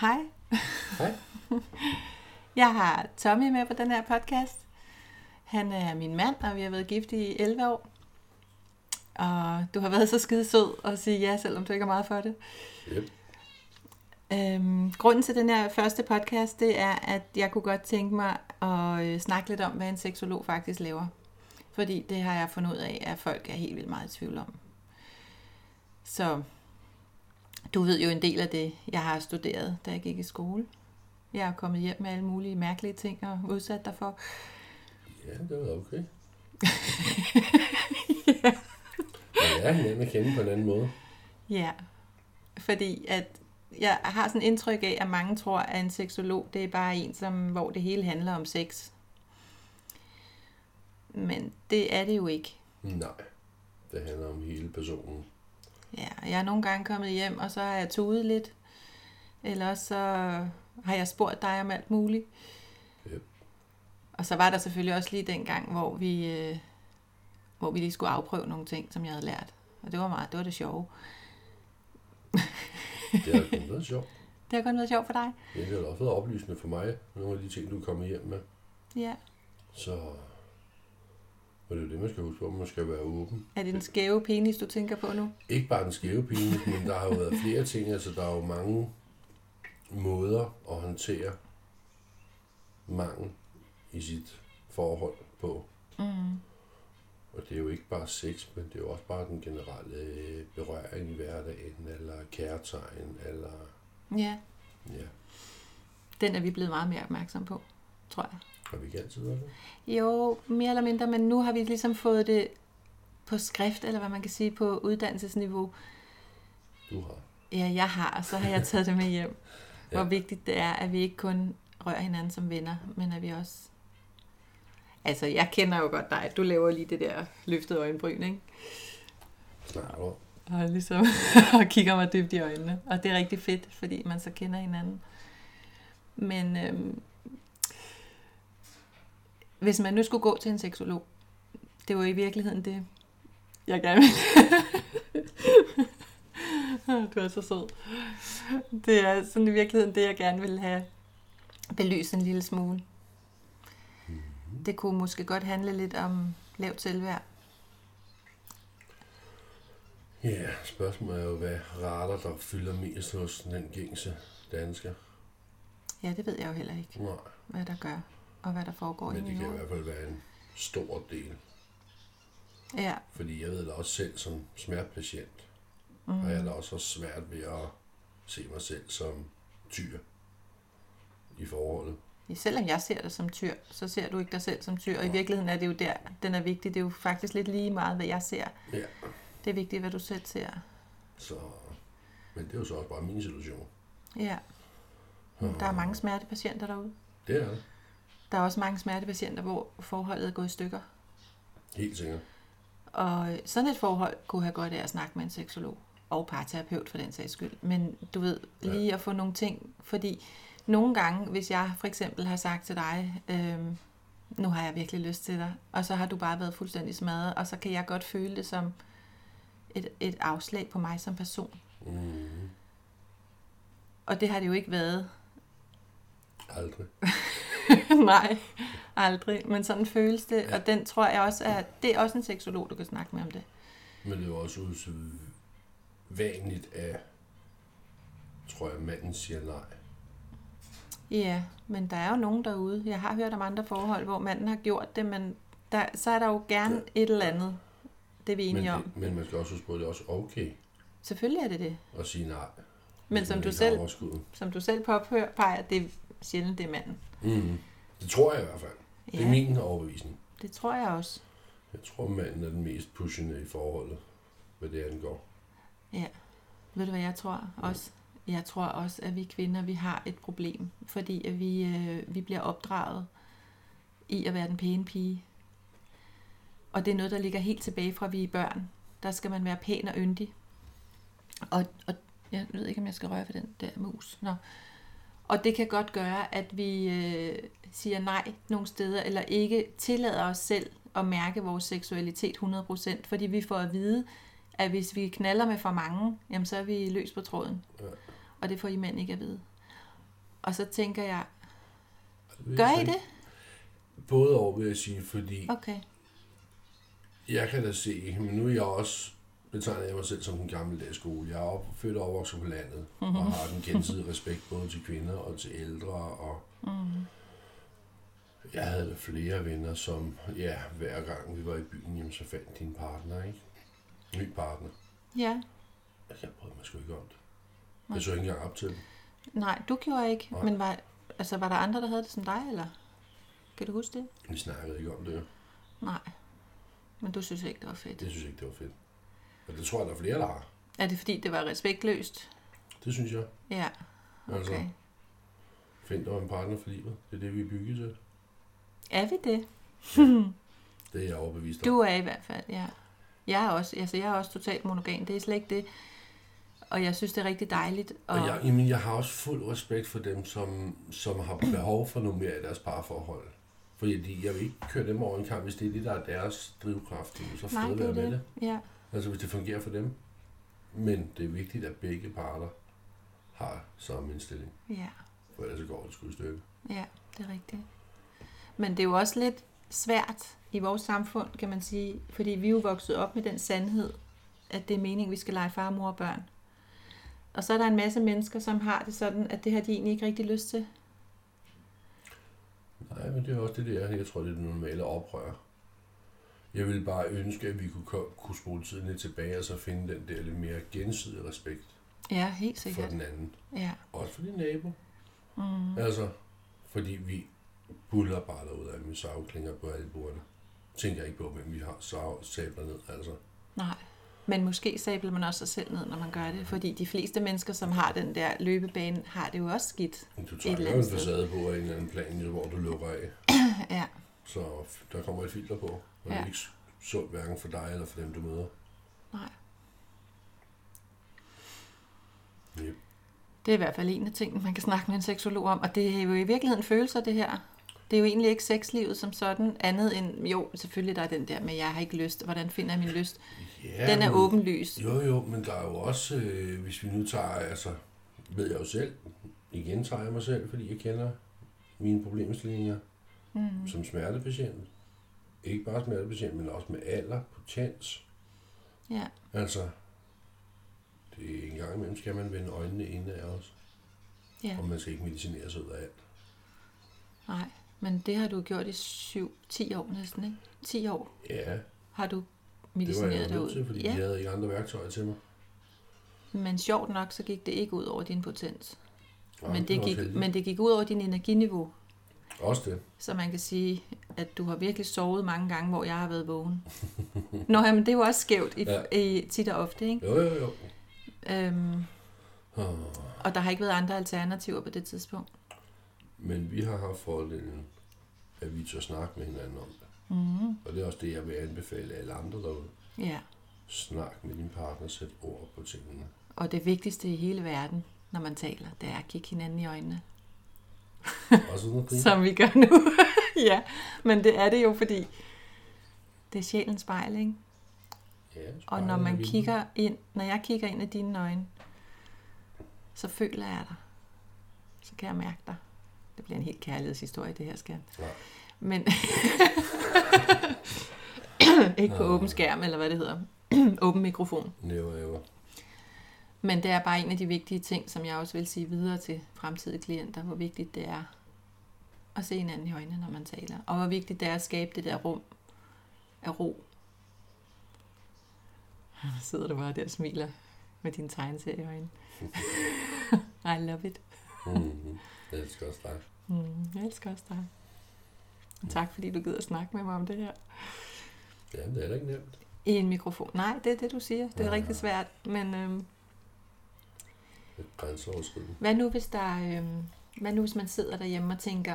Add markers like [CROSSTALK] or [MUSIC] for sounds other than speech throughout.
Hej. Hej. Jeg har Tommy med på den her podcast. Han er min mand, og vi har været gift i 11 år. Og du har været så skide sød at sige ja, selvom du ikke er meget for det. Yep. Øhm, grunden til den her første podcast, det er, at jeg kunne godt tænke mig at øh, snakke lidt om, hvad en seksolog faktisk laver. Fordi det har jeg fundet ud af, at folk er helt vildt meget i tvivl om. Så du ved jo en del af det, jeg har studeret, da jeg gik i skole. Jeg er kommet hjem med alle mulige mærkelige ting og udsat dig for. Ja, det var okay. ja. Man lærer hinanden at kende på en anden måde. Ja, fordi at jeg har sådan indtryk af, at mange tror, at en seksolog, det er bare en, som, hvor det hele handler om sex. Men det er det jo ikke. Nej, det handler om hele personen. Ja, og jeg er nogle gange kommet hjem, og så har jeg tudet lidt. Eller også så har jeg spurgt dig om alt muligt. Yep. Og så var der selvfølgelig også lige den gang, hvor vi, øh, hvor vi lige skulle afprøve nogle ting, som jeg havde lært. Og det var meget, det var det sjove. Det har kun været sjovt. Det har kun været sjovt for dig. Men det har da også været oplysende for mig, nogle af de ting, du er kommet hjem med. Ja. Så og det er jo det, man skal huske på, man skal være åben. Er det den skæve penis, du tænker på nu? Ikke bare den skæve pine, men der har jo været flere ting. Altså, der er jo mange måder at håndtere mangel i sit forhold på. Mm. Og det er jo ikke bare sex, men det er jo også bare den generelle øh, berøring i hverdagen, eller kærtegn, eller... Ja, Ja, den er vi blevet meget mere opmærksom på, tror jeg. har vi ikke altid været det? Jo, mere eller mindre, men nu har vi ligesom fået det på skrift, eller hvad man kan sige, på uddannelsesniveau. Du har. Ja, jeg har, og så har jeg taget det med hjem. [LAUGHS] Hvor Ja. vigtigt det er, at vi ikke kun rører hinanden som venner, men at vi også... Altså, jeg kender jo godt dig. Du laver lige det der løftede øjenbryn, ikke? Snart år. Og ligesom [LAUGHS] og kigger mig dybt i øjnene. Og det er rigtig fedt, fordi man så kender hinanden. Men øhm, hvis man nu skulle gå til en seksolog, det var i virkeligheden det, jeg gerne ville. [LAUGHS] du er så sød. Det er sådan i virkeligheden det, jeg gerne ville have belyst en lille smule. Det kunne måske godt handle lidt om lavt selvværd. Ja, spørgsmålet er jo, hvad rater der fylder mest hos den gængse dansker? Ja, det ved jeg jo heller ikke. Nej, hvad der gør, og hvad der foregår i men det min kan i hoved. hvert fald være en stor del. Ja, Fordi jeg ved da også selv som smertepatient, mm. har jeg da også haft svært ved at se mig selv som tyr i forholdet. Ja, selvom jeg ser dig som tyr, så ser du ikke dig selv som tyr, og i virkeligheden er det jo der, den er vigtig. Det er jo faktisk lidt lige meget, hvad jeg ser. Ja, Det er vigtigt, hvad du selv ser. så... Men det er jo så også bare min situation. Ja. Der er mange smertepatienter derude. Det er det. Der er også mange smertepatienter, hvor forholdet er gået i stykker. Helt sikkert. Og sådan et forhold kunne have godt af at snakke med en seksolog og parterapeut for den sags skyld. Men du ved, lige at få nogle ting, fordi nogle gange, hvis jeg for eksempel har sagt til dig, øhm, nu har jeg virkelig lyst til dig, og så har du bare været fuldstændig smadret, og så kan jeg godt føle det som et, et afslag på mig som person. Mm. Og det har det jo ikke været. [LAUGHS] Aldrig. Nej, aldrig. Men sådan føles det, og den tror jeg også er, det er også en seksolog, du kan snakke med om det. Men det er jo også usædvanligt, at tror jeg, manden siger nej. Ja, men der er jo nogen derude. Jeg har hørt om andre forhold, hvor manden har gjort det, men der, så er der jo gerne et eller andet. Det er vi Men, enige om. det, men man skal også huske på, at det er også okay Selvfølgelig er det det. at sige nej. Men hvis som man du ikke selv- har overskuddet. Som du selv påpeger, det er sjældent, det er manden. Mm. Det tror jeg i hvert fald. Ja. Det Ja. er min overbevisning. Det tror jeg også. Jeg tror, manden er den mest pushende i forholdet, hvad det angår. Ja. Ved du, hvad jeg tror også? Jeg tror også, at vi kvinder, vi har et problem, fordi at vi, øh, vi bliver opdraget i at være den pæne pige. Og det er noget, der ligger helt tilbage fra, vi er børn. Der skal man være pæn og yndig. Og, og jeg ved ikke, om jeg skal røre ved den der mus. Nå. Og det kan godt gøre, at vi øh, siger nej nogle steder, eller ikke tillader os selv at mærke vores seksualitet 100%, fordi vi får at vide, at hvis vi knaller med for mange, jamen så er vi løs på tråden. Ja. Og det får I mænd ikke at vide. Og så tænker jeg, Det vil gør jeg I sige. det? Både over, vil jeg sige, fordi Okay. jeg kan da se, men nu er jeg også, betegner jeg mig selv som den gamle dag skole. Jeg er op, født og opvokset på landet, mm-hmm. Mhm. og har den gensidige respekt både til kvinder og til ældre, og Mm. jeg havde da flere venner, som, ja, hver gang vi var i byen, jamen, så fandt de en partner, ikke? Ny partner. Altså, Ja. Jeg brød mig sgu ikke om det. Nej. Jeg så ikke engang op til det. Nej, du gjorde ikke. Nej. Men var, altså, var der andre, der havde det som dig, eller? Kan du huske det? Vi snakkede ikke om det, jo. Nej. Men du synes ikke, det var fedt. Det synes jeg ikke, det var fedt. Og det tror jeg, der er flere, der har. Er det fordi, det var respektløst? Det synes jeg. Ja, Altså, okay. find dig en partner for livet. Det er det, vi er bygget til. Er vi det? Det er jeg overbevist om. Du er i hvert fald, ja. Jeg er også, altså jeg er også totalt monogam, det er slet ikke det. Og jeg synes, det er rigtig dejligt. Og jeg, jamen, jeg har også fuld respekt for dem, som, som har behov for noget mere i deres parforhold. Fordi jeg vil ikke køre dem over en kamp, hvis det er det, der er deres drivkraft. Jamen, Så Nej, fred det er være med det. det. Ja, Altså, hvis det fungerer for dem. Men det er vigtigt, at begge parter har samme indstilling. ja, For ellers så går det sgu i stykker. ja, det er rigtigt. Men det er jo også lidt svært i vores samfund, kan man sige, fordi vi er jo vokset op med den sandhed, at det er meningen, vi skal lege far, mor og børn. Og så er der en masse mennesker, som har det sådan, at det har de egentlig ikke rigtig lyst til. Nej, men det er også det, det er. Jeg tror, det er det normale oprør. Jeg ville bare ønske, at vi kunne, ko- kunne spole tiden lidt tilbage, og så finde den der lidt mere gensidige respekt Ja, helt for sikkert. den anden. Ja. Også for din nabo. Mm. Altså, fordi vi buller bare derud af med savklinger på alle bordene. Tænker ikke på, hvem vi har sav, sabler ned, altså. Nej. Men måske sabler man også sig selv ned, når man gør det. Fordi de fleste mennesker, som har den der løbebane, har det jo også skidt. Men Du eller trækker jo andet sted. en facade på af en eller anden plan, jo, hvor du lukker af. [CLEARS THROAT] Ja, Så f- der kommer et filter på, og ja. det Ja. er ikke sundt hverken for dig eller for dem, du møder. nej. Yep. Det er i hvert fald en af tingene, man kan snakke med en seksolog om. Og det er jo i virkeligheden følelser, det her. Det er jo egentlig ikke sexlivet som sådan, andet end, jo, selvfølgelig der er den der med, jeg har ikke lyst, hvordan finder jeg min lyst? Ja, Den er men- åbenlys. Jo, jo, men der er jo også, øh, hvis vi nu tager, altså, ved jeg jo selv, igen tager jeg mig selv, fordi jeg kender mine problemstillinger mm. som smertepatient. Ikke bare smertepatient, men også med alder, potens. Ja, Altså, det er en gang imellem, skal man vende øjnene indad også, ja, og man skal ikke medicinere sig ud af alt. nej. Men det har du gjort i 7-10 år næsten, ikke? 10 år Ja, har du det var medicineret jeg jo nødt derud. til, fordi ja. ja. de havde ikke andre værktøjer til mig. Men sjovt nok, så gik det ikke ud over din potens. Nej, men, det var gik, også heldigt. men det gik ud over din energiniveau. Også det. Så man kan sige, at du har virkelig sovet mange gange, hvor jeg har været vågen. [LAUGHS] Nå, jamen, det er jo også skævt i, Ja. ja. i, tit og ofte, ikke? Jo, jo, jo. Øhm, Ah, og der har ikke været andre alternativer på det tidspunkt. Men vi har haft fordelen, at vi tør snakke med hinanden om det. Mm. Og det er også det, jeg vil anbefale alle andre derude. Ja, Snak med din partner, sæt ord [LAUGHS] på tingene. og det vigtigste i hele verden, når man taler, det er at kigge hinanden i øjnene. Og sådan noget griner. Som vi gør nu. [LAUGHS] ja, men det er det jo, fordi det er sjælens spejl, ikke? Ja, Og spejlet når er man vinduet. kigger ind, når jeg kigger ind i dine øjne, så føler jeg dig. Så kan jeg mærke dig. Det bliver en helt kærlighedshistorie, det her skal. Nej. Men ikke på åben skærm, eller hvad det hedder. [CLEARS THROAT] åben mikrofon. Never ever. Men det er bare en af de vigtige ting, som jeg også vil sige videre til fremtidige klienter, hvor vigtigt det er at se hinanden i øjnene, når man taler. Og hvor vigtigt det er at skabe det der rum af ro. Så Sidder du bare der og smiler med dine tegneserier i øjnene. [LAUGHS] I love it. Mm-hmm. Jeg elsker også dig. Mm, jeg elsker også dig. Og Tak fordi du gider at snakke med mig om det her. Jamen, det er da ikke nemt. I en mikrofon. Nej, det er det, du siger. Det er Ja. rigtig svært. Men øhm, Det er grænseoverskridende. Hvad nu, hvis der, øhm, hvad nu, hvis man sidder derhjemme og tænker,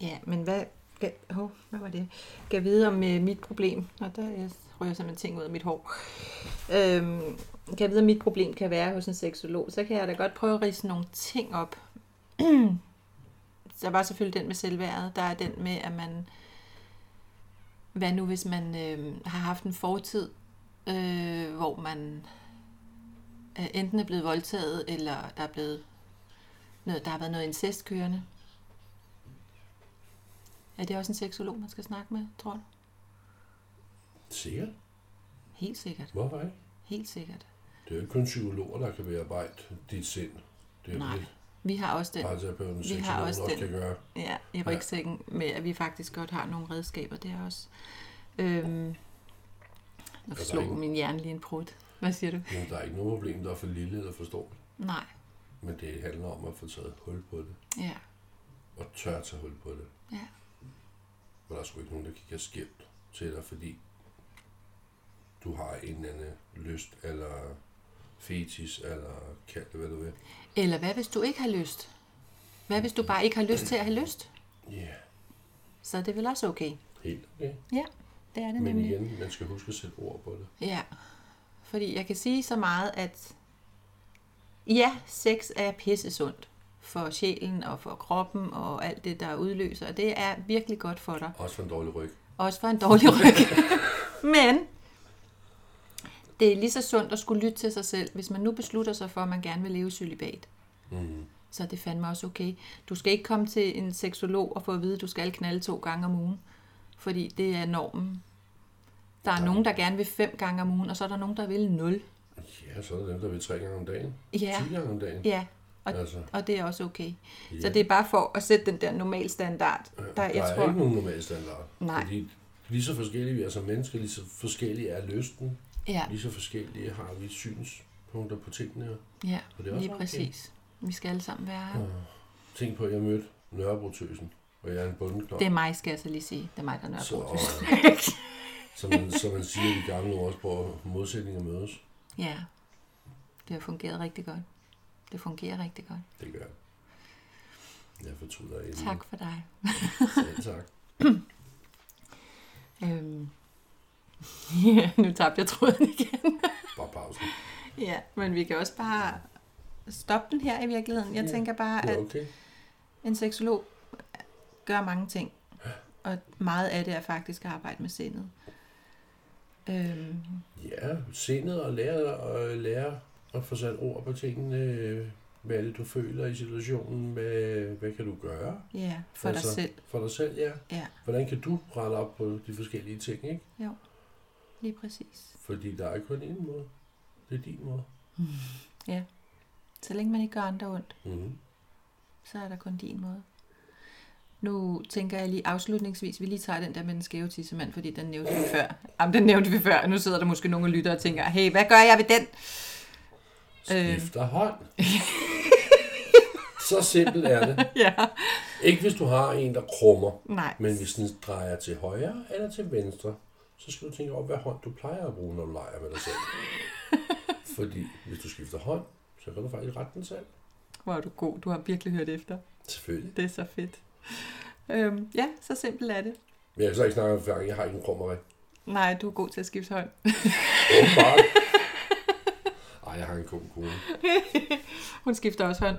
ja, men hvad, ga, oh, hvad var det? Kan vide om øh, mit problem? Og der jeg rører simpelthen ting ud af mit hår. Øhm, kan vide, om mit problem kan være hos en seksolog? Så kan jeg da godt prøve at rise nogle ting op. [CLEARS THROAT] der var selvfølgelig den med selvværdet. Der er den med, at man... Hvad nu, hvis man øh, har haft en fortid, øh, hvor man øh, enten er blevet voldtaget, eller der er blevet noget, der har været noget incest kørende. Er det også en seksolog, man skal snakke med, tror du? Sikkert. Helt sikkert. Hvorfor ikke? Helt sikkert. Det er jo ikke kun psykologer, der kan bearbejde dit sind. Det er Nej, Nej, det, Vi har også den parterapeuten, Vi har seksologen også også, også den. kan gøre. ja, i rygsækken med, at vi faktisk godt har nogle redskaber der også. Øhm, nu der slog ikke- min hjerne lige en prut. Hvad siger du? Men der er ikke noget problem, der er for lille eller for stort. Nej. Men det handler om at få taget hul på det. Ja, Og tør tage hul på det. Ja. Og der er sgu ikke nogen, der kigger skævt til dig, fordi du har en eller anden lyst, eller fetis, eller kald det, hvad du vil. Eller hvad hvis du ikke har lyst? Hvad hvis du bare ikke har lyst til at have lyst? Ja, yeah. Så er det vel også okay. helt okay. Ja, det er det Men nemlig. igen, man skal huske at sætte ord på det. Ja, fordi jeg kan sige så meget, at ja, sex er pissesundt for sjælen og for kroppen og alt det, der udløser. Og det er virkelig godt for dig. Også for en dårlig ryg. Også for en dårlig [LAUGHS] ryg. Men det er lige så sundt at skulle lytte til sig selv, hvis man nu beslutter sig for, at man gerne vil leve celibat. Mm. Så er det fandme også okay. Du skal ikke komme til en seksolog og få at vide, at du skal knalde to gange om ugen. Fordi det er normen. Der er Nej. nogen, der gerne vil fem gange om ugen, og så er der nogen, der vil nul. Ja, så er der dem, der vil tre gange om dagen. Ja, Ti gange om dagen. ja. Og, Altså, og det er også okay. ja. Så det er bare for at sætte den der normal standard. Ja, Der, Øh, der jeg er tror, ikke nogen normal standard. Nej. Fordi lige så forskellige vi er som mennesker, lige så forskellige er lysten, ja, lige så forskellige har vi synspunkter på tingene. her. ja, Og det er også lige okay. præcis. Vi skal alle sammen være her. Tænk på, at jeg mødte Nørrebrotøsen, og jeg er en bundeknop. Det er mig, skal jeg så lige sige. Det er mig, der er Så, Nørrebro. og, som, man, som man siger i de gamle ordsprog, modsætninger mødes. [LAUGHS] Ja, det har fungeret rigtig godt. Det fungerer rigtig godt. Det gør jeg. Jeg fortryder ikke. Tak for dig. Selv tak. Øhm. [LAUGHS] Ja, nu tabte jeg tråden igen. Bare [LAUGHS] pausen. Ja, men vi kan også bare stoppe den her i virkeligheden. Jeg Ja, tænker bare, Det at er okay. en seksolog gør mange ting. Og meget af det er faktisk at arbejde med sindet. Øhm, Ja, sindet og lære, og lære at få sat ord på tingene. øh, Hvad er det, du føler i situationen? Hvad, hvad kan du gøre ja, for dig Altså- selv. for dig selv? Ja. Ja, Hvordan kan du rette op på de forskellige ting? Ikke? lige præcis. Fordi der er kun én måde. Det er din måde. Så længe man ikke gør andre ondt. Mm-hmm. så er der kun din måde. Nu tænker jeg lige afslutningsvis, vi lige tager den der med den skæve tissemand, fordi den nævnte vi før. Jamen, den nævnte vi før, nu sidder der måske nogle og lytter og tænker, hey, hvad gør jeg ved den? Skifter øh. [LAUGHS] hånd. Så simpelt er det. Ja, Ikke hvis du har en, der krummer, nej. men hvis den drejer til højre eller til venstre, så skal du tænke over, hvad hånd du plejer at bruge, når du leger med dig [LAUGHS] selv. Fordi hvis du skifter hånd, så kan du faktisk rette den selv. Hvor er du god, du har virkelig hørt efter. Selvfølgelig. Det er så fedt. Øhm, ja, så simpelt er det. Men jeg kan så ikke snakke om færgen, jeg har ikke en krummer af. Nej, du er god til at skifte hånd. Åbenbart. [LAUGHS] Ej, jeg har en god kone. Hun skifter også hånd.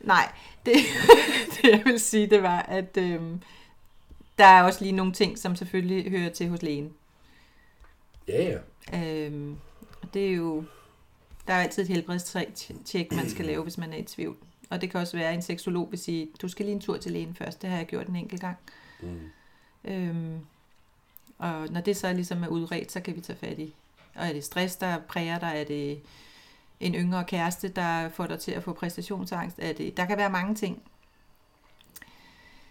Nej, det, [LAUGHS] det jeg vil sige, det var, at øhm, der er også lige nogle ting, som selvfølgelig hører til hos lægen. Ja, ja. Øhm, og det er jo... Der er altid et helbredstjek, man skal lave, hvis man er i tvivl. Og det kan også være, at en seksolog vil sige, du skal lige en tur til lægen først. Det har jeg gjort en enkelt gang. Mm. Øhm, og når det så er ligesom er udredt, så kan vi tage fat i. Og er det stress, der præger dig? Er det en yngre kæreste, der får dig til at få præstationsangst? Er det, der kan være mange ting.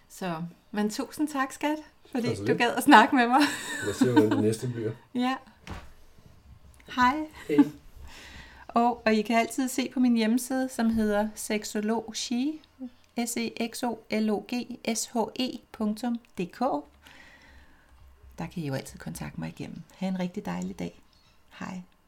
Så, men tusind tak, skat, fordi Tak for du det. gad at snakke med mig. [LAUGHS] Lad os se, hvordan det næste bliver. Ja. Hej. Hej. Og, og I kan altid se på min hjemmeside, som hedder sexolog.she, s e x o l o g s h E e.dk. Der kan I jo altid kontakte mig igennem. Ha' en rigtig dejlig dag. Hej.